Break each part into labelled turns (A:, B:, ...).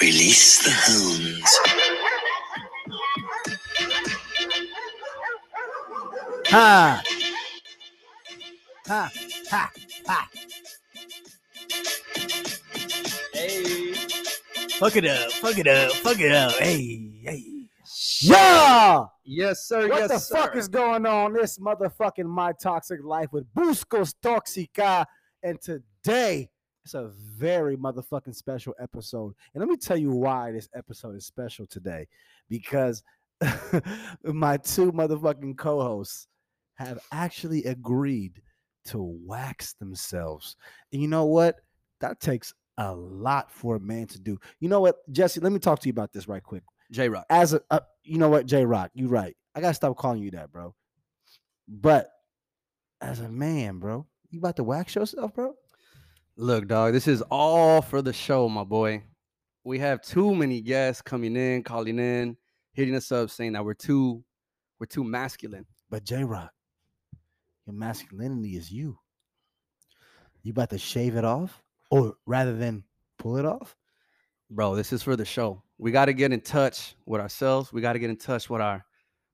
A: Release the hounds. Ha! Ha! Ha! Ha! Hey! Fuck it up! Fuck it up! Fuck it up! Hey! Hey!
B: Yeah!
A: Yes, sir.
B: What
A: yes,
B: the
A: sir.
B: fuck is going on? This motherfucking My Toxic Life with Buscos Toxica. And today, it's a very motherfucking special episode. And let me tell you why this episode is special today. Because my two motherfucking co hosts have actually agreed to wax themselves. And you know what? That takes a lot for a man to do. You know what, Jesse? Let me talk to you about this right quick
A: J Rock?
B: as a, uh, you know what, J Rock, you right. I gotta stop calling you that, bro. But as a man, bro, you about to wax yourself, bro?
C: Look, dog, this is all for the show, my boy. We have too many guests coming in, calling in, hitting us up, saying that we're too, we're too masculine.
B: But J Rock, your masculinity is you. You about to shave it off, or rather than pull it off?
C: Bro, this is for the show. We got to get in touch with ourselves. We got to get in touch with our,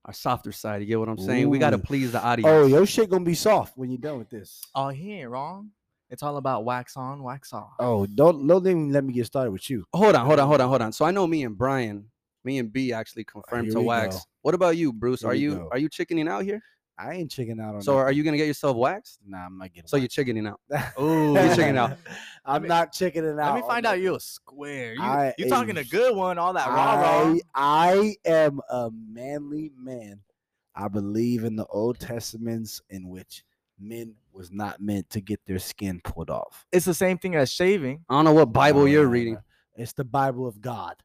C: our softer side. You get what I'm saying? We got to
B: Ooh.
C: please the audience.
B: Oh, your shit gonna be soft when you're done with this.
C: Oh.
D: all here Oh, wrong. It's all about wax on, wax off.
B: Oh, don't don't even let me get started with you.
C: Hold on, hold on, hold on, hold on. So I know me and Brian, me and B actually confirmed
B: here
C: to
B: we
C: wax.
B: go.
C: What about you, Bruce?
B: Here
C: are
B: we
C: you
B: go.
C: are you chickening out here?
B: I ain't checking out on.
C: So are
B: nothing.
C: you gonna get yourself waxed?
B: Nah, I'm not getting.
C: So you're chickening out.
D: Oh,
C: you checking out.
B: I'm
D: me-
B: not checking it out.
D: Let me
B: on
D: find out
B: nothing.
D: you a square. You
B: I
D: you talking a
B: am-
D: good one, all that raw raw.
B: I, I am a manly man. I believe in the Old Testaments in which men was not meant to get their skin pulled off.
D: It's the same thing as shaving.
C: I don't know what Bible
B: No,
C: you're
B: no,
C: reading.
B: no. It's the Bible of God.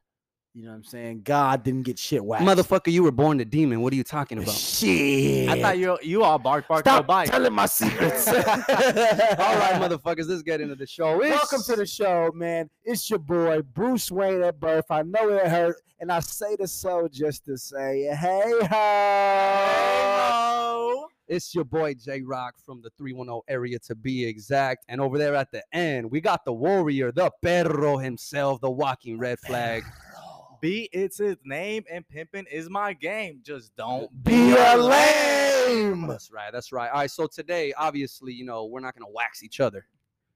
B: You know what I'm saying? God didn't get shit waxed.
C: Motherfucker, you were born a demon. What are you talking about?
B: Shit.
D: I thought you you all bark bark no
B: Stop
D: bite.
B: telling my secrets.
C: All right, motherfuckers, let's get into the show.
B: Welcome to the show, man. It's your boy Bruce Wayne at birth. I know it hurt, and I say the so just to say, hey ho.
D: Oh,
C: It's your boy J Rock from the 310 area to be exact. And over there at the end, we got the warrior, the perro himself, the walking red flag.
D: be it's his name and pimping is my game. Just don't
B: Be a
C: Oh,
B: lame.
C: That's right. That's right. All right. So today, obviously, you know, we're not going to wax each other.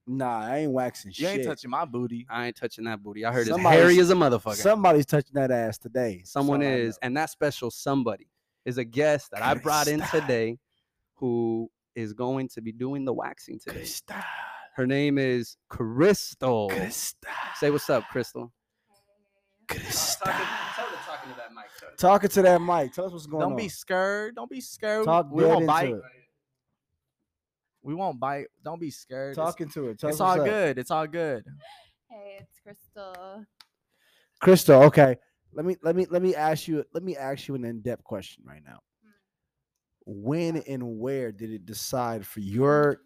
B: Nah, I ain't waxing
D: you
B: shit.
D: ain't touching my booty.
C: I ain't touching that booty. I heard it's
B: Somebody's-
C: hairy as a motherfucker.
B: Somebody's touching that ass today. That's
C: Someone
B: all I
C: is, and that special somebody is a guest that I brought in
B: Cristal.
C: today who is going to be doing the waxing
B: know.
C: today.
B: Crystal,
C: Her name is Crystal.
B: Crystal,
C: Say what's up, Crystal.
B: Crystal.
C: talking to that mic.
B: Talking to that mic. Tell us what's going
D: Don't
B: on.
D: be scared. Don't be scared.
B: Talk
D: we
B: dead
D: won't
B: into
D: bite.
B: it.
D: We won't bite. Don't be scared. It's-
B: Talking to it. Tell
D: It's,
B: us
D: all
B: what's up.
D: good. It's all good.
E: Hey, it's Crystal.
B: Crystal. Okay. Let me let me let me ask you let me ask you an in depth question right now. When and where did it decide for your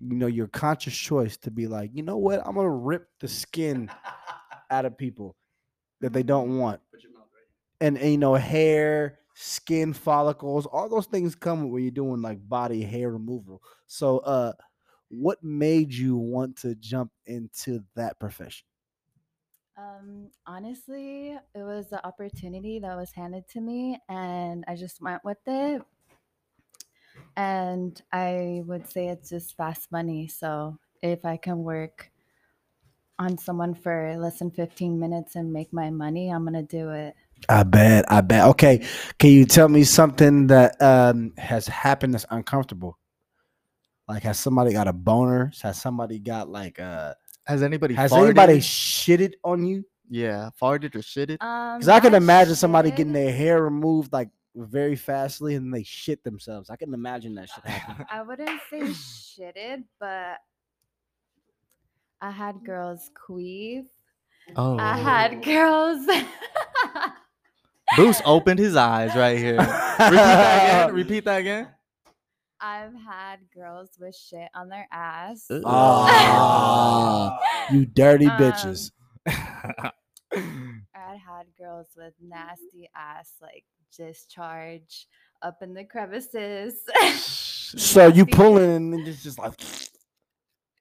B: you know your conscious choice to be like you know what I'm gonna rip the skin out of people that they don't want and, and, you know hair skin follicles all those things come when you're doing like body hair removal so uh what made you want to jump into that profession
E: Um, honestly, it was the opportunity that was handed to me, and I just went with it. And I would say it's just fast money. So if I can work on someone for less than 15 minutes and make my money, I'm going to do it.
B: i bet i bet okay can you tell me something that um has happened that's uncomfortable like has somebody got a boner has somebody got like uh
D: Has anybody
B: has
D: farted?
B: anybody shitted on you
D: yeah, farted or shitted?
E: Um,
B: Because I can
E: not
B: imagine somebody getting
E: shit.
B: their hair removed like very fastly and they shit themselves. I can imagine that shit happen.
E: I wouldn't say shitted, but I had girls queef.
D: Oh.
E: I had girls.
D: Bruce opened his eyes right here. Repeat that again. Repeat that again.
E: I've had girls with shit on their ass.
D: Uh,
C: Oh,
B: Ah, you dirty bitches.
E: I've had girls with nasty ass, like discharge up in the crevices.
B: So you
E: nasty.
B: pulling and it's just like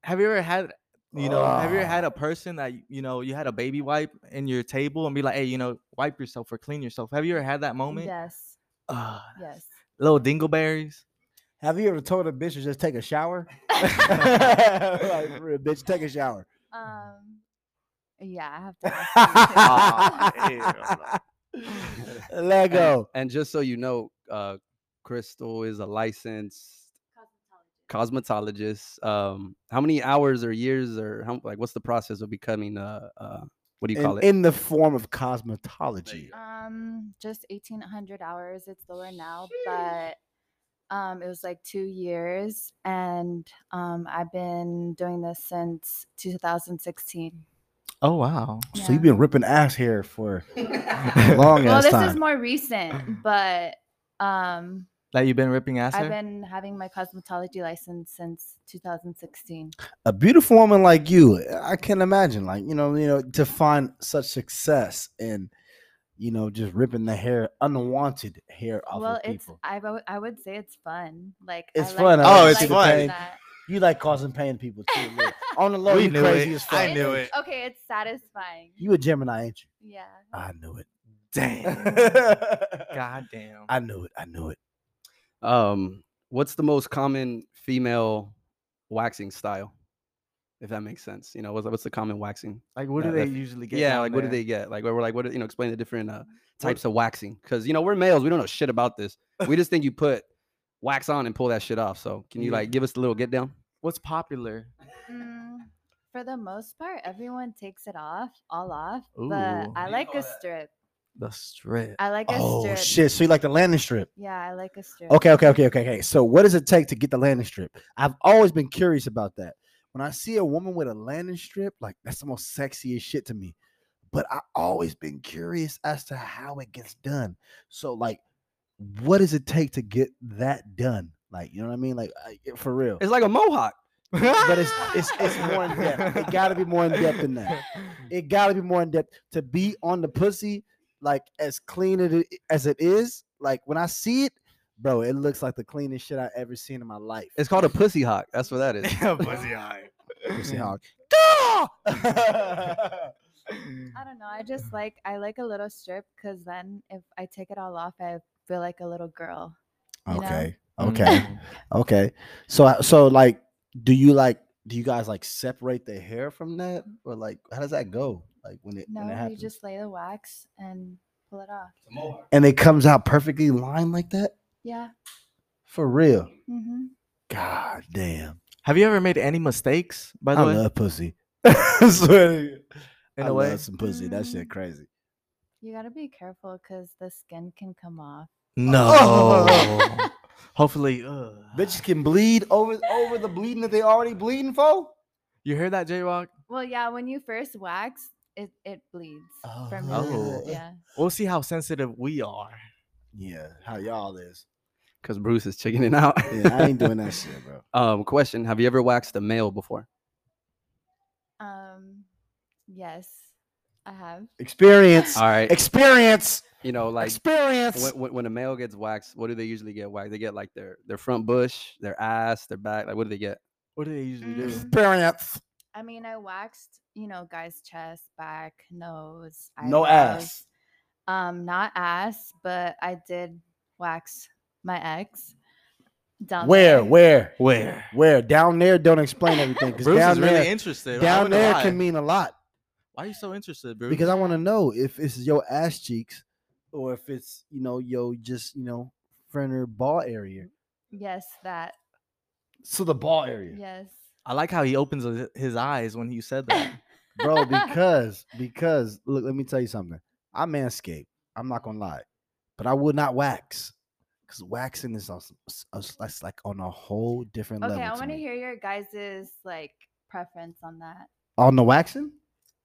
D: Have you ever had You know, have you ever
B: Ugh.
D: had a person that y- you know you had a baby wipe in your table and be like, "Hey, you know, wipe yourself or clean yourself"? Have you ever had that moment?
E: Yes.
D: Ugh,
E: Yes.
D: little dingleberries.
B: Have you ever told a bitch to just take a shower? like, real bitch, take a shower.
E: Um. Yeah, I have to. Ask you to-
D: Ah,
B: Let go.
C: And just so you know, uh, Crystal is a licensed cosmetologist. Um, how many hours or years or how, like what's the process of becoming a, uh, what do you call
B: In,
C: it?
B: in the form of cosmetology.
E: um, just eighteen hundred hours. It's lower now, but um, it was like two years, and um, I've been doing this since two thousand sixteen.
D: Oh wow.
B: So you've been ripping ass hair for a long
E: well,
B: ass
E: this
B: time.
E: is more recent, but um,
D: That you've been ripping ass
E: I've
D: hair.
E: been having my cosmetology license since 2016.
B: a beautiful woman like you, I can imagine, like you know, you know, to find such success in, you know, just ripping the hair, unwanted hair off
E: well,
B: of
E: it's
B: people.
E: I, wo- I would say it's fun. Like
B: It's
E: I
B: fun,
E: Like,
B: I
E: I
B: like
E: like
B: to paint.
E: that.
B: You like causing pain to people too. look. On the low,
D: We
B: you
D: knew
B: crazy
D: it.
B: as fuck.
D: I knew it.
E: Okay, it's satisfying.
B: You a Gemini, ain't you?
E: Yeah.
B: I knew it.
D: Damn. God damn.
B: I knew it. I knew it.
C: Um, what's the most common female waxing style? If that makes sense, you know, what's, what's the common waxing?
D: Like, what do
C: Uh,
D: they
C: if-
D: usually get?
C: yeah,
D: down
C: like what do
D: there?
C: they get? Like we're like, what? do- You know, explain the different uh, types of waxing because you know we're males, we don't know shit about this. We just think you put wax on and pull that shit off. So can you
D: Yeah.
C: like give us a little get down?
D: What's popular?
E: Mm, for the most part, everyone takes it off, all off. But
D: Ooh.
E: I
C: You
E: like
C: know
E: a
C: that.
E: strip.
D: The strip.
E: I like a
B: Oh
E: strip.
B: shit! So you like the landing strip?
E: Yeah, I like a strip.
B: Okay, okay, okay, okay, okay. So what does it take to get the landing strip? I've always been curious about that. When I see a woman with a landing strip, like that's the most sexiest shit to me. But I always been curious as to how it gets done. So like, what does it take to get that done? Like, you know what I mean? Like, I, for real.
C: It's like a mohawk.
B: But it's it's it's more in depth. It gotta be more in depth than that. It gotta be more in depth to be on the pussy, like as clean it i- as it is. Like when I see it, bro, it looks like the cleanest shit I ever seen in my life.
C: It's called a pussy hawk. That's what that is.
D: Pussy high.
B: Pussy
D: Mm.
B: hog.
E: I don't know. I just like I like a little strip because then if I take it all off, I feel like a little girl. you know?
B: Okay, okay,
D: Mm.
B: okay. So, I- so like, do you like? Do you guys like separate the hair from that, or like, how does that go? Like when it when it
E: No, you
B: happens,
E: just lay the wax and pull it off.
B: and it comes out perfectly lined like that
E: Yeah.
B: for real.
E: Mm-hmm.
B: God damn,
D: Have you ever made any mistakes? By the
B: I
D: way,
B: love pussy. I swear to you.
D: in
B: I
D: a way.
B: love some pussy. That shit
E: Mm.
B: crazy.
E: You gotta be careful because the skin can come off.
B: Oh.
D: No. Hopefully, uh, ugh.
B: Bitches can bleed over over the bleeding that they already bleeding for.
D: You hear that, J Rock?
E: Well, yeah, when you first wax, it it bleeds from your
B: Oh.
E: skin, yeah.
D: We'll see how sensitive we are.
B: Yeah, how y'all is.
C: Because Bruce is checking it out.
B: Yeah, I ain't doing that shit, bro.
C: um, question: Have you ever waxed a male before?
E: Um, yes, I have.
B: Experience.
C: All right,
B: Experience.
C: you know, like
B: Experience.
C: when, when, when a male gets waxed, what do they usually get waxed? They get like their their front bush, their ass, their back. Like what do they get?
D: What do they usually do?
E: Mm.
B: Experience.
E: I mean, I waxed, you know, guys' chest, back, nose,
B: No
E: eyebrows.
B: ass.
E: Um, not ass, but I did wax my ex. Down
B: Where?
E: there.
B: Where?
D: Where?
B: Where? Down there. Don't explain everything because
D: Bruce is
B: down
D: really
B: there,
D: interested. I
B: down
D: wouldn't
B: there
D: lie.
B: can mean a lot.
D: Why are you so interested, Bruce?
B: Because I want to know if it's your ass cheeks or if it's you know yo just you know fronter ball area.
E: Yes, that.
B: So the ball area,
E: Yes.
D: I like how he opens his- his eyes when you said that.
B: bro. Because because look, let me tell you something. I manscape. I'm not gonna lie, but I would not wax. Cause waxing is on, some- s- uh, s- that's like on a whole different
E: Okay,
B: level.
E: I
B: to
E: want
B: me.
E: to hear your guys' like preference on that.
B: on the waxing.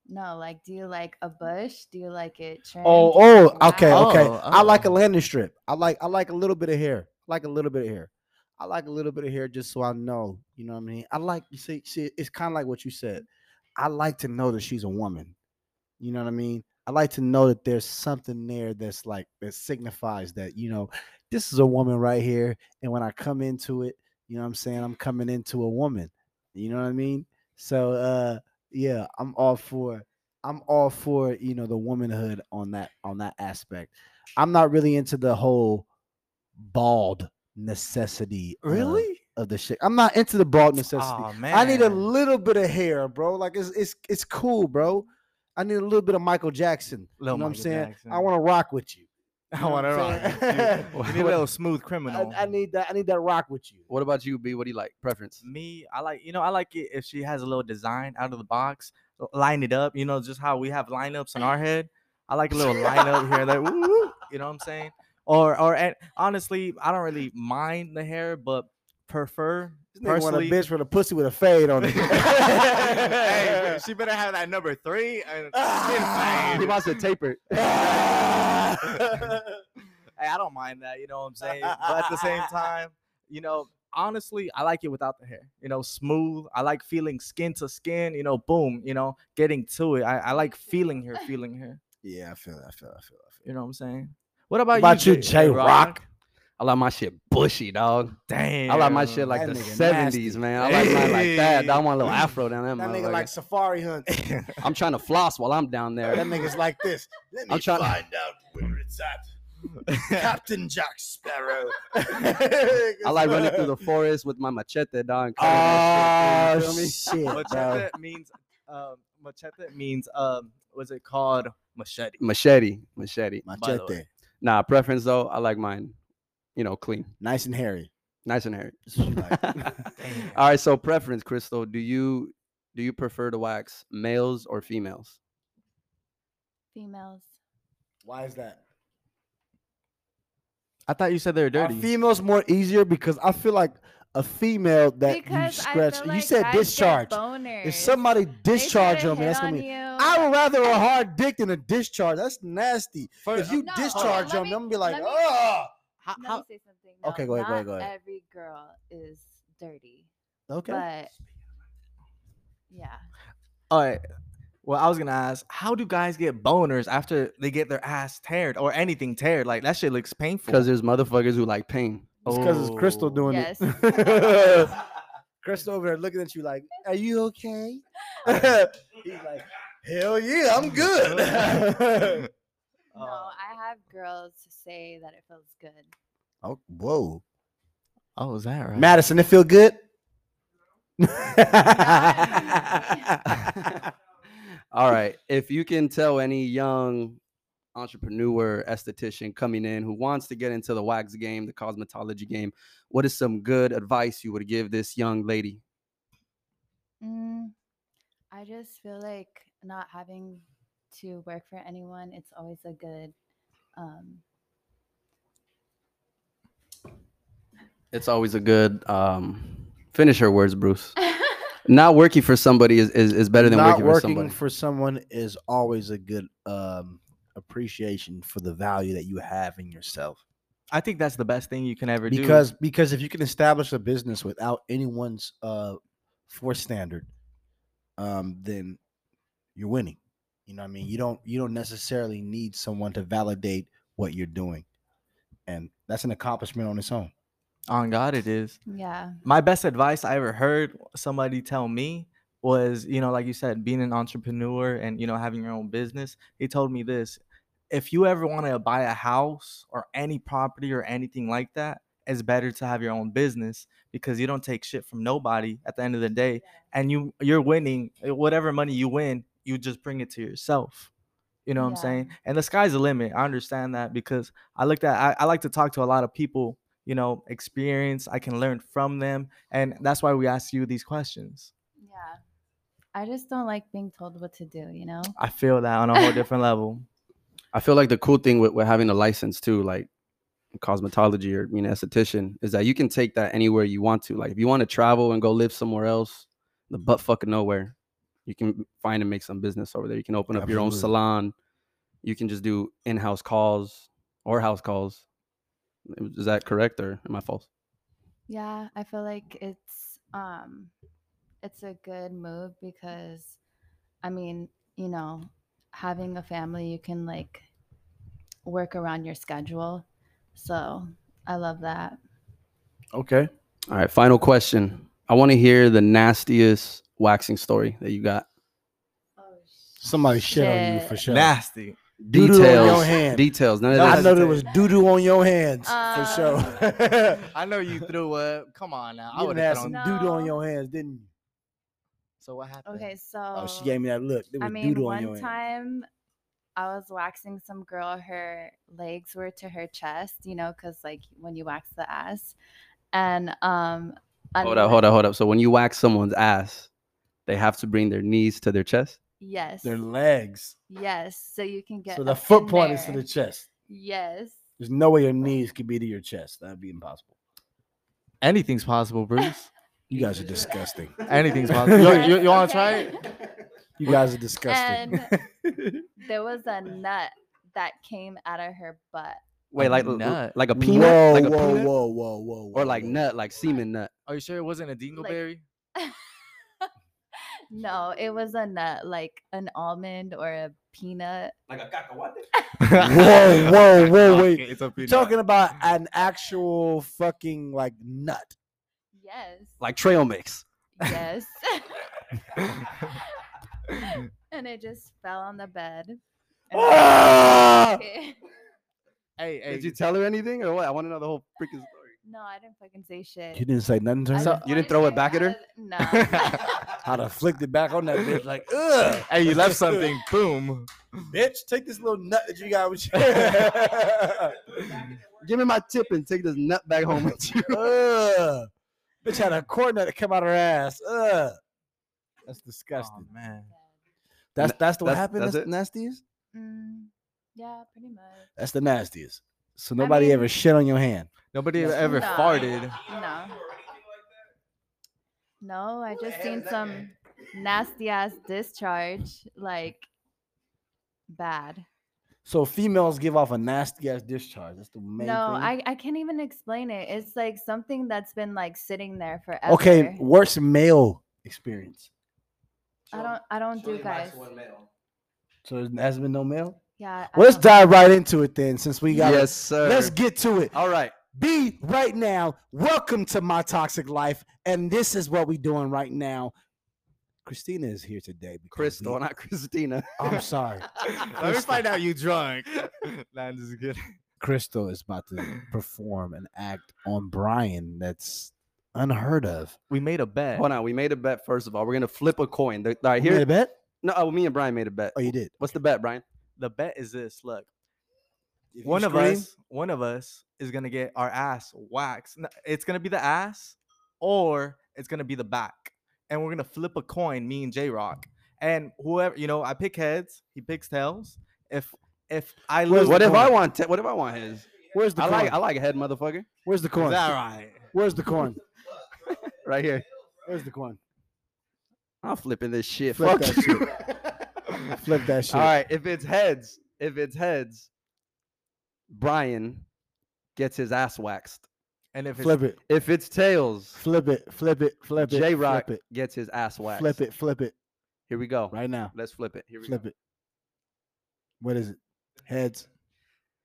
E: No, like, do you like a bush? Do you like it trimmed?
B: Oh, oh, okay,
E: Wow.
B: okay.
D: Oh,
B: I like a
D: oh.
B: landing strip. I like I like a little bit of hair. I like a little bit of hair. I like a little bit of hair just so I know. You know what I mean? I like you see, see it's kind of like what you said. I like to know that she's a woman. You know what I mean? I like to know that there's something there that's like that signifies that, you know, this is a woman right here. And when I come into it, you know what I'm saying? I'm coming into a woman. You know what I mean? So uh yeah, I'm all for I'm all for, you know, the womanhood on that on that aspect. I'm not really into the whole bald necessity of- of, the shit. I'm not into the bald necessity.
D: Aw, man.
B: I need a little bit of hair, bro. Like it's it's it's cool, bro. I need a little bit of Michael Jackson.
D: Little
B: you know what I'm
D: Michael
B: saying? I
D: Jackson.
B: want to rock with you.
D: I
B: know
D: want to
B: what
D: rock.
B: I'm saying?
D: with you. You need a little smooth
B: I,
D: criminal.
B: I need that I need that rock with you.
C: What about you, B? What do you like? Preference?
B: Mm.
D: Me, I like you know I like it if she has a little design out of the box, l- line it up. You know, just how we have lineups in our head. I like a little lineup here, and there. woo, you know what I'm saying? Or or and honestly, I don't really mind the hair, but prefer
B: This nigga want a
D: personally.
B: bitch with a pussy with a fade on
D: hey,
B: it.
D: she better have that number three. And
B: Ah.
C: He
D: skin fade.
C: about to taper.
D: hey, I don't mind that. You know what I'm saying? But at the same time, you know, honestly, I like it without the hair. You know, smooth. I like feeling skin to skin. You know, boom. You know, getting to it. I, I like feeling her, feeling her.
B: yeah, I feel that. I feel that. I feel that.
D: You know what I'm saying? What about,
B: about you, Jay Rock?
C: I like my shit bushy, dog.
D: Damn.
C: I like my shit like
B: That
C: the
B: nigga
C: seventies,
B: nasty.
C: man. I like mine like that. I
D: Hey.
C: want a little afro down there.
B: That nigga like safari hunting.
C: I'm trying to floss while I'm down there.
B: That nigga's like this.
F: Let me
C: I'm trying-
F: find out where it's at. Captain Jack Sparrow.
C: I like running through the forest with my machete, dog. and cutting that
B: Oh
C: shit, you feel me?
B: shit, bro.
D: machete means um machete means um was it called machete?
C: Machete, machete.
D: By the way.
B: Machete,
C: Nah, preference though, I like mine, you know, clean,
B: nice and hairy.
C: nice and hairy.
B: That's what you like.
C: All right, so preference, Crystal. Do you do you prefer to wax males or females?
E: Females.
B: Why is that?
D: I thought you said they were
B: Are
D: dirty.
B: females more easier because I feel like a female that
E: because
B: you
E: I
B: scratch.
E: feel
B: You
E: like
B: said
E: guys get
B: discharge.
E: boners.
B: If somebody
E: They
B: discharge
E: put a
B: on me,
E: hit
B: that's gonna be.
E: you.
B: I would rather a hard dick than a discharge. That's nasty. If you
E: No, hold on,
B: discharge
E: let
B: on me,
E: me-
B: I'm gonna be like,
E: let me-
B: oh,
D: How-
E: Let
D: how-
E: me say something. No,
B: Okay, go ahead, go ahead,
E: not
B: go ahead.
E: Every girl is dirty,
B: okay.
E: but yeah,
D: All right. Well, I was gonna ask, how do guys get boners after they get their ass teared or anything teared? Like that shit looks painful.
C: Because there's motherfuckers who like pain.
B: It's because it's Crystal
D: Oh.
B: doing it.
E: Yes.
B: Crystal over there looking at you like, "Are you okay?" He's like, "Hell yeah, I'm good."
E: no, I have girls say that it feels good.
B: oh, whoa,
D: Oh, is that right?
B: Madison, it feel good.
C: Oh. All right, if you can tell any young entrepreneur, esthetician coming in who wants to get into the wax game, the cosmetology game, what is some good advice you would give this young lady?
E: Mm, I just feel like not having to work for anyone. It's always a good. Um,
C: It's always a good um, finish her words, Bruce. Not working for somebody is, is, is better than
B: Not
C: working, for
B: working
C: somebody.
B: for someone is always a good um, appreciation for the value that you have in yourself.
D: I think that's the best thing you can ever do.
B: because because if you can establish a business without anyone's uh force standard um then you're winning you know what i mean you don't you don't necessarily need someone to validate what you're doing and that's an accomplishment on its own
D: on God it is.
E: yeah.
D: My best advice I ever heard somebody tell me was, you know, like you said, being an entrepreneur and you know having your own business. He told me this: if you ever want to buy a house or any property or anything like that, it's better to have your own business because you don't take shit from nobody at the end of the day, and you you're winning uh, whatever money you win, you just bring it to yourself. You know what I'm
E: Yeah.
D: saying? And the sky's the limit. I understand that because I looked at I, I like to talk to a lot of people, you know, experience. I can learn from them. And that's why we ask you these questions.
E: Yeah. I just don't like being told what to do, you know?
D: I feel that on a whole different level.
C: I feel like the cool thing with, with having a license too, like in cosmetology or being an esthetician, is that you can take that anywhere you want to. Like if you want to travel and go live somewhere else, the butt fucking nowhere, you can find and make some business over there. You can open up your own
B: Absolutely.
C: salon. You can just do in-house calls or house calls. Is that correct or am I false?
E: Yeah, I feel like it's um it's a good move because I mean, you know, having a family you can like work around your schedule. So, I love that.
B: okay
C: All right, final question. I want to hear the nastiest waxing story that you got?
B: Somebody shit on you for sure.
D: Nasty.
B: Doodle on your
C: Details.
B: hand.
C: Details. None of
D: That
B: I
C: that.
B: know there was doo doo on your hands
E: Um,
B: for sure.
D: I know you threw up. Come on now. I
B: you
D: would
B: had
D: have
B: some
D: thrown.
E: No.
B: doo doo on your hands, didn't you?
D: So what happened?
E: Okay, so
B: Oh, she gave me that look. There was
E: I mean,
B: doo-doo on your hand.
E: one time I was waxing some girl. Her legs were to her chest, you know, because like when you wax the ass, and um.
C: Hold up, hold up, hold up. So when you wax someone's ass, they have to bring their knees to their chest.
E: Yes.
B: Their legs.
E: Yes. So you can get.
B: so the
E: up in
B: foot point is to
E: there.
B: the chest.
E: Yes.
B: There's no way your knees could be to your chest. That'd be impossible.
D: Anything's possible, Bruce.
B: You guys are disgusting.
D: Anything's possible. Yo, you, you want to try it?
B: You guys are disgusting.
E: And there was a nut that came out of her butt.
C: Wait,
D: A
C: like l-
D: nut.
C: like a
B: whoa,
C: peanut, like a
B: whoa,
C: peanut?
B: whoa, whoa, whoa, whoa,
C: or like
B: whoa.
C: nut, like semen nut.
D: Are you sure it wasn't a dingleberry?
E: No, it was a nut, like an almond or a peanut.
C: Like a cacahuate.
B: Whoa, whoa, whoa, wait.
D: Okay, it's a
B: You're
D: peanut.
B: talking about an actual fucking like nut.
E: Yes.
C: Like trail mix.
E: Yes. and it just fell on the bed. and I was
B: Ah!
E: like, "Okay."
D: Hey, hey.
C: Did you tell her anything or what? I want to know the whole freaking story.
E: No, I didn't fucking say shit.
B: You didn't say nothing to
E: I
B: her.
E: just
C: you didn't
E: wanted
C: throw
E: to
C: it back at her?
E: know that-
B: I'd have flicked it back on that bitch like, ugh.
D: hey, you left something. Boom.
B: bitch, take this little nut that you got with you. ugh.
C: Give me my tip and take this nut back home with you.
B: Bitch had a corn nut that come out her ass. Ugh. That's
E: Um,
B: disgusting.
D: Oh, man.
B: That's that's the what
C: that's-
B: happened.
C: that's
B: That's,
C: it?
B: the nastiest.
E: No. Mm, yeah, pretty much.
B: That's the nastiest. So
E: I
B: nobody ever
E: mean-
B: shit on your hand.
D: Nobody ever
E: Nah.
D: farted.
E: No. No, I just seen some nasty ass discharge, like bad.
B: So females give off a nasty ass discharge. That's the main
E: no,
B: thing.
E: I, I can't even explain it. It's like something that's been like sitting there forever.
B: Okay, worst male experience.
E: I don't I don't do guys.
B: So there hasn't been no male.
E: Yeah. I
B: Well, let's
E: don't.
B: dive right into it then, since we got.
C: Yes, sir.
B: Let's get to it.
C: All right.
B: B right now. Welcome to my toxic life, and this is what we're doing right now. Christina is here today. because
C: Crystal,
B: we-
C: not Christina.
B: I'm sorry.
D: Let me find out you drunk. nah, I'm just kidding.
B: Crystal is about to perform an act on Brian that's unheard of.
D: We made a bet.
C: Hold on. We made a bet, first of all. We're going to flip a coin. The- All right,
B: You made
C: here.
B: a bet?
C: No, oh, me and Brian made a bet.
B: Oh, you did.
C: What's the bet, Brian?
D: The bet is this. Look,
B: If you
D: one of
B: scream,
D: us, one of us is gonna get our ass waxed. N- It's gonna be the ass, or it's gonna be the back, and we're gonna flip a coin. Me and J Rock, and whoever you know, I pick heads. He picks tails. If if I lose,
C: What
D: the
C: if I
D: coin-
C: want? Te- what if I want his?
B: Where's the
C: I
B: corn?
C: like. I like head, motherfucker.
B: Where's the corn?
D: Is that right?
B: Where's the corn?
C: Right here.
B: Where's the corn?
C: I'm flipping this shit.
B: Flip
C: Fuck
B: that
C: you.
B: Flip that shit.
C: All right. If it's heads, if it's heads, Brian gets his ass waxed.
D: And if
B: Flip it.
C: If it's tails,
B: Flip it. Flip it. Flip it.
C: J Rock
B: Flip
C: gets his ass
B: it.
C: waxed.
B: Flip it. Flip it.
C: Here we go.
B: Right now.
C: Let's flip it. Here we
B: Flip
C: go.
B: it. What is it? Heads.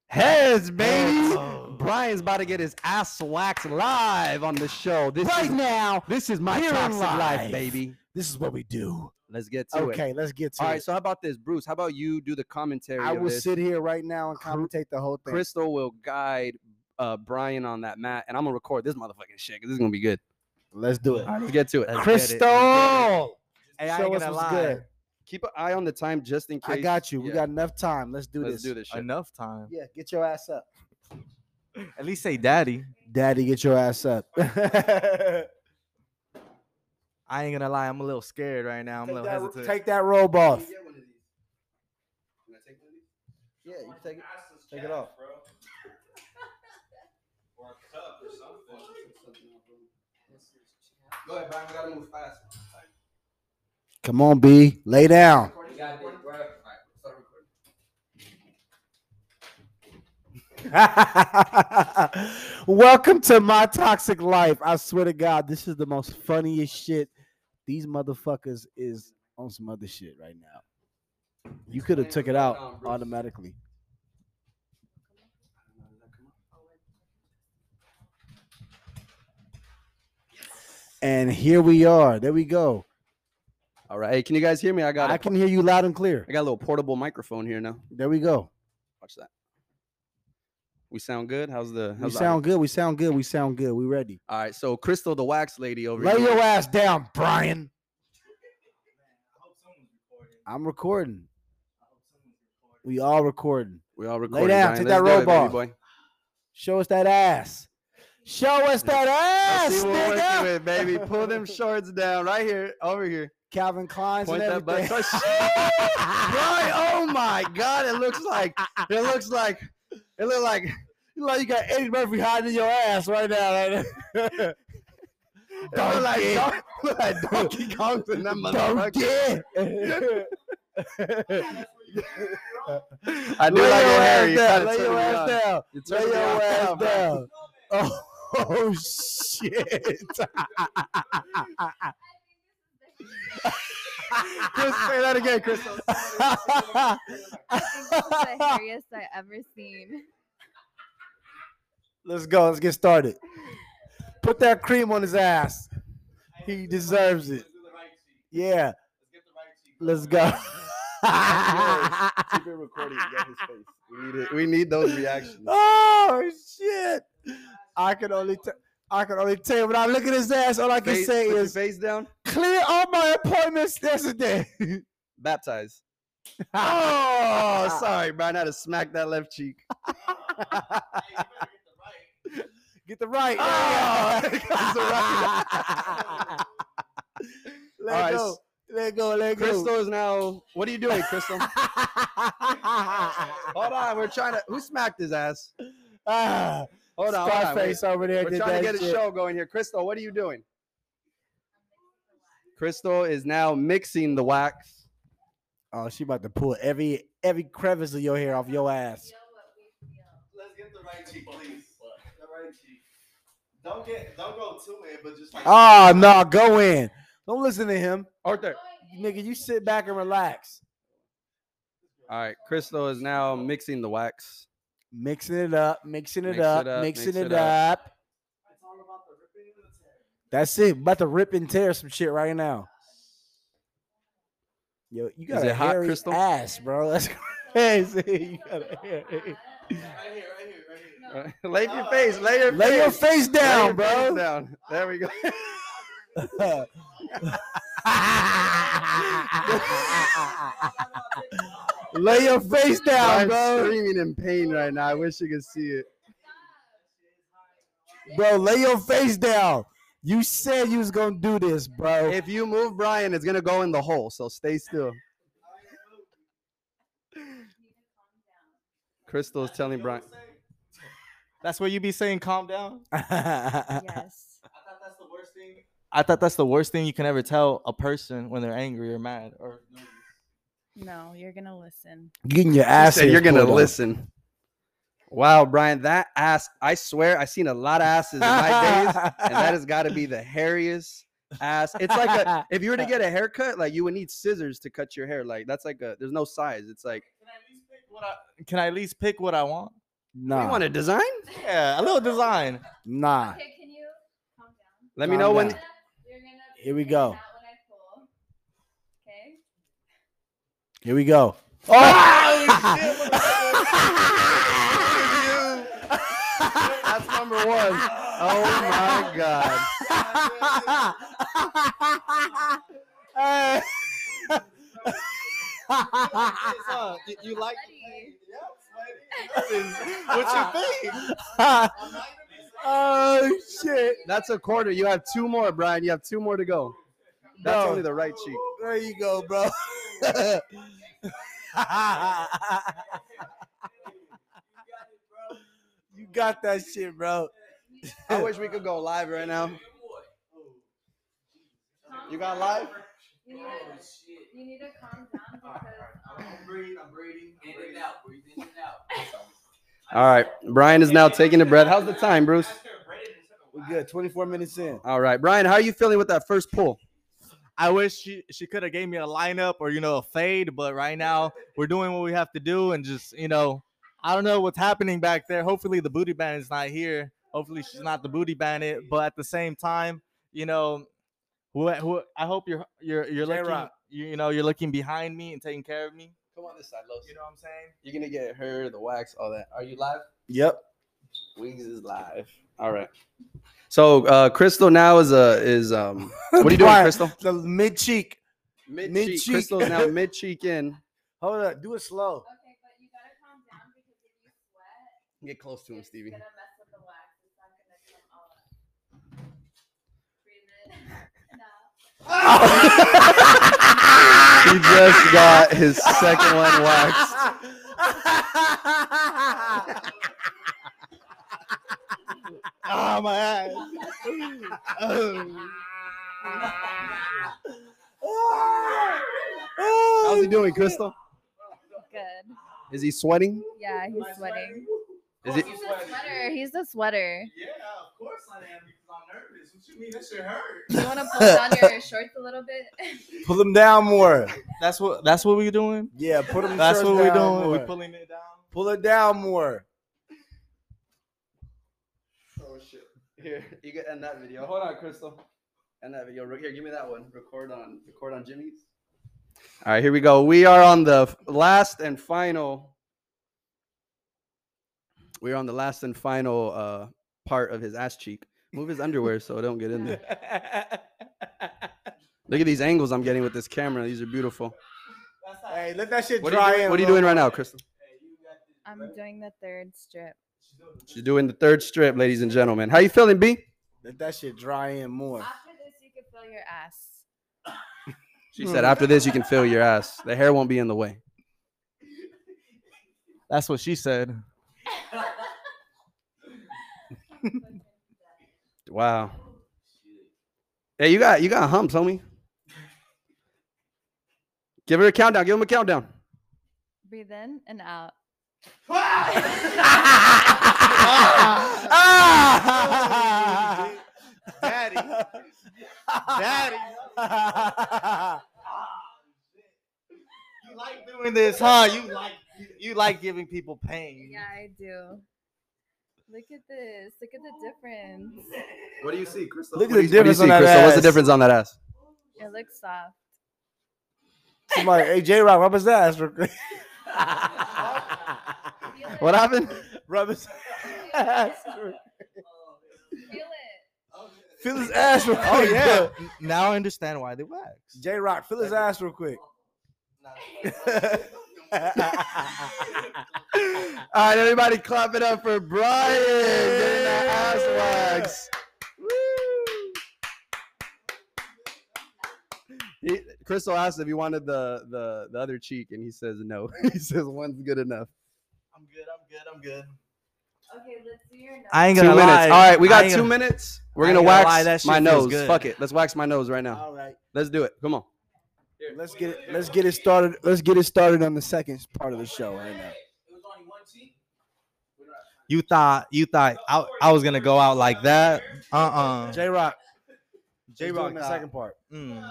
C: Heads, baby. Brian's about to get his ass waxed live on the show. This
B: right
C: is
B: now.
C: this is my
B: here in
C: toxic
B: live.
C: life, baby.
B: This is what we do.
C: Let's get to it.
B: Okay, let's get to
C: All
B: it.
C: right. So how about this, Bruce? How about you do the commentary?
B: I
C: of
B: will
C: this?
B: sit here right now and
C: Cr-
B: commentate the whole thing.
C: Crystal will guide uh, Brian on that mat, and I'm gonna record this motherfucking shit because this is gonna be good.
B: let's do it.
C: All right, let's get to it.
B: Crystal,
D: Hey, I
B: show
D: ain't
B: us
D: gonna
B: what's
D: lie.
B: good.
C: Keep an eye on the time just in case.
B: I got you. We
C: yeah,
B: got enough time. Let's do
C: Let's
B: this.
C: do this shit.
D: Enough time.
B: Yeah, get your ass up,
D: At least say daddy.
B: Daddy. Get your ass up.
D: I ain't gonna lie. I'm a little scared right now. I'm a
B: take,
D: little
B: that,
D: hesitant.
B: take that robe off.
C: Yeah, you can take it. Take it off. Go ahead, Brian. We gotta move fast.
B: Come on, B. Lay down. Welcome to my toxic life. I swear to God, this is the most funniest shit. These motherfuckers is on some other shit right now. You could have took it out automatically. And here we are. There we go.
C: All right. Hey, can you guys hear me? I got.
B: I
C: I
B: can hear you loud and clear.
C: I got a little portable microphone here now.
B: There we go.
C: Watch that. We sound good. How's the?
B: We
C: How's the-
B: sound good. We sound good. We sound good. We ready.
C: All right. So Crystal, the wax lady over
B: Lay
C: here.
B: your ass down, Brian. I'm recording. We all recording.
C: We all recording.
B: down,
C: Brian.
B: take that
C: Let's do
B: robe
C: it,
B: off.
C: baby boy.
B: Show us that ass. Show us that
C: Let's
B: ass,
C: see what we're working
B: nigga.
C: with, baby. Pull them shorts down right here, over here.
B: Calvin Klein's
C: Point
B: and
C: that butt.
B: everything.
C: Bro, oh my God! It looks like it looks like it look like
B: You like you got Eddie Murphy hiding in your ass right now. Like that.
C: it look like, Don- look like Donkey Kong in that motherfucker.
B: yeah.
C: I do
B: Lay
C: like
B: your
C: your hair. You
B: ass down.
C: kinda
B: Lay
C: turned
B: your
C: me
B: ass
C: on.
B: down.
C: You
B: Lay
C: turned
B: your
C: me on,
B: ass
C: bro.
B: down. Oh, oh shit.
C: Chris, say that again, Chris.
E: I think this is the hairiest I ever seen.
B: Let's go. Let's get started. Put that cream on his ass. He deserves it. Yeah. Let's go.
C: Keep it recording. Get his face. We need it. We need those reactions.
B: oh shit! I can only t- I can only tell you when I look at his ass. All I can
C: Face-
B: say
C: put your
B: is
C: face down.
B: clear all my appointments yesterday.
C: Baptize. Oh, sorry, Brian. I had to smack that left cheek.
B: Get the right.
C: Oh,
B: There you
C: it's a
B: go. Let
C: All right,
B: go.
C: s-
B: Let go. Let go.
C: Crystal is now. What are you doing, Crystal? hold on, we're trying to. Who smacked his ass?
B: Ah,
C: Hold on, hold on. We're,
B: Scarface over there.
C: we're
B: did
C: trying to
B: that
C: get a
B: shit.
C: show going here. Crystal, what are you doing? Crystal is now mixing the wax.
B: Oh, she about to pull every every crevice of your hair off your ass.
F: Let's get the right cheek, please. The right cheek. Don't get, don't go too in, but just like.
B: Oh no, go in. Don't listen to him,
C: Arthur.
B: nigga. You sit back and relax.
C: All right, Crystal is now mixing the wax.
B: Mixing it up, mixing it,
C: Mix it
B: up,
C: up,
B: mixing
C: mix
B: it,
C: it
B: up.
C: up.
F: It's all about the ripping and the tearing.
B: That's it. About to rip and tear some shit right now. Yo, you got
C: Is
B: a
C: it hot,
B: hairy
C: Crystal?
B: ass, bro. That's crazy. You got a hairy-
F: Right here, right here, right here.
C: lay your face. Lay your
B: Lay your
C: face.
B: face
C: Lay your
B: down,
C: face
B: bro.
C: Down. There we go.
B: Lay your face down,
C: I'm
B: bro.
C: screaming in pain right now. I wish you could see it.
B: Bro, lay your face down. You said you was gonna do this, bro.
C: If you move Brian, it's gonna go in the hole. So stay still. Crystal's telling Brian.
D: That's what you be saying. Calm down.
E: Yes.
F: I thought that's the worst thing.
D: I thought that's the worst thing you can ever tell a person when they're angry or mad or
E: No, you're gonna listen.
B: Getting your
C: I
B: ass.
C: said you're
B: hair
C: gonna
B: pulled off.
C: listen. Wow, Brian, that ass! I swear, I seen a lot of asses in my days, and that has got to be the hairiest ass. It's like a, if you were to get a haircut, like you would need scissors to cut your hair. Like that's like a, there's no size. It's like
F: Can I at least pick what I?
D: can I at least pick what I want?
C: "Oh, you
B: nah,
C: want a design.
D: Yeah, a little design.
B: nah.
E: can you calm down?
C: Let me
B: Calm
C: know when.
B: down. Here we go. Here we go.
C: Oh, That's number one. Oh my god!
B: Hey.
D: you, like
B: What's
D: your thing?
B: oh shit!
C: That's a quarter. You have two more, Brian. You have two more to go. That's
B: No.
C: only the right cheek.
B: There you go, bro. you got that shit, bro.
C: I wish we could go live right now. You got live?
E: You need, to, you need to calm down because um,
F: breathing, I'm breathing. In and out, breathing in and out.
C: All right. Brian is now taking a breath. How's the time, Bruce?
B: We good. Twenty four minutes in.
C: All right. Brian, how are you feeling with that first pull?
D: I wish she she could have gave me a lineup or you know a fade, but right now we're doing what we have to do and just you know I don't know what's happening back there. Hopefully the booty bandit's not here. Hopefully she's not the booty bandit, but at the same time, you know, who, who I hope you're you're you're looking
B: J-Rock.
D: You, you know, you're looking behind me and taking care of me.
C: Come on this side, Los.
D: You know what I'm saying?
C: You're gonna get her, the wax, all that. Are you live?
B: Yep.
C: Wings is live. All right. So uh Crystal now is a is um what are you doing,
B: Why?
C: Crystal?
B: The mid cheek.
C: Mid
B: Mid-cheek.
C: Crystal's now mid cheek in.
B: Hold up. Do it slow.
E: Okay, but you gotta calm down because if you sweat,
C: Get close to him,
E: it's
C: Stevie.
E: gonna mess with the wax. It's not gonna come all up. Breathe in. no.
C: He just got his second one waxed.
B: oh my eyes.
C: How's he doing, Crystal?
E: Good.
C: Is he sweating?
E: Yeah,
F: Am
E: he's
F: I
E: sweating.
C: Is it?
E: He's a sweater. He's a sweater.
F: Yeah, of course I am because I'm nervous. What you mean? That shit hurt.
E: You wanna pull down your shorts a little bit?
B: Pull them down more.
D: That's what that's what we're doing.
B: Yeah, put them.
D: That's what we're
B: down
D: doing.
B: More.
D: We're pulling it down.
B: pull it down more.
C: Oh shit. Here, you can end that video. Hold on, Crystal. End that video. Re- Here, give me that one. Record on record on Jimmy's. All right, here we go. We are on the f- last and final. We're on the last and final uh part of his ass cheek. Move his underwear so it don't get in there. Look at these angles I'm getting with this camera. These are beautiful.
B: Hey, let that shit
C: What
B: dry
C: are you doing,
B: in
C: what are
B: a
C: you doing
B: little
C: right now,
B: bit.
C: Crystal?
E: I'm doing the third strip.
C: She's doing the third strip, ladies and gentlemen. How you feeling, B?
B: Let that shit dry in more.
E: After this, you can feel your ass.
C: She said, after this, you can feel your ass. The hair won't be in the way.
D: That's what she said.
C: Wow. Hey, you got you got humps, homie. Give her a countdown. Give him a countdown.
E: Breathe in and out.
B: Daddy. Daddy.
F: You like doing
D: Doing this, huh? You like you, you like giving people pain.
E: Yeah, I do. Look at this. Look at the difference.
C: What do you see, Crystal?
B: Look at What the do you- what do you difference on see, that
C: Crystal? What's the
B: ass.
C: difference on that ass?
E: It looks soft.
B: Somebody, hey, J Rock, rub his ass. real quick.
E: Feel it.
C: What happened?
B: rub his ass.
E: Feel it.
B: Feel his ass real quick.
D: Oh yeah. N- Now I understand why they wax.
B: J Rock, feel his ass real quick.
C: All right, everybody, clap it up for Brian getting that ass wax. He, Crystal asked if he wanted the, the the other cheek, and he says no. he says one's good enough.
D: I'm good. I'm good. I'm good.
E: Okay, let's do your nose.
D: I ain't
C: Two
D: gonna
C: minutes.
D: lie.
C: All right, we
D: I
C: got
D: ain't
C: two
D: gonna-
C: minutes. We're
D: I
C: gonna
D: ain't gonna lie,
C: wax
D: that shit
C: my
D: feels
C: nose.
D: good.
C: Fuck it, let's wax my nose right now.
B: All right.
C: Let's do it. Come on.
B: Let's get it. Let's get it started. Let's get it started on the second part of the show right now.
D: You thought you thought I, I was gonna go out like that. Uh uh
B: J Rock,
D: J Rock.
B: the second part.
D: Mm.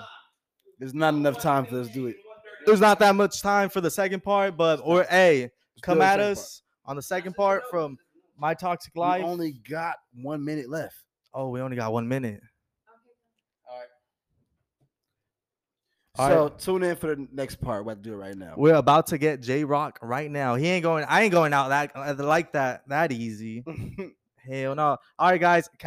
B: There's not enough time for us to do it.
D: There's not that much time for the second part, but or hey,
B: Let's do
D: come
B: the
D: at
B: second
D: us on the second part from My Toxic
B: part.
D: Life.
B: We only got one minute left.
D: oh, we only got one minute. All
B: So tune in for the next part. We'll do it right now.
D: We're about to get J Rock right now. He ain't uh,
B: Mm.
D: going. I ain't going out that like that that easy. Hell no. All right, guys. Catch.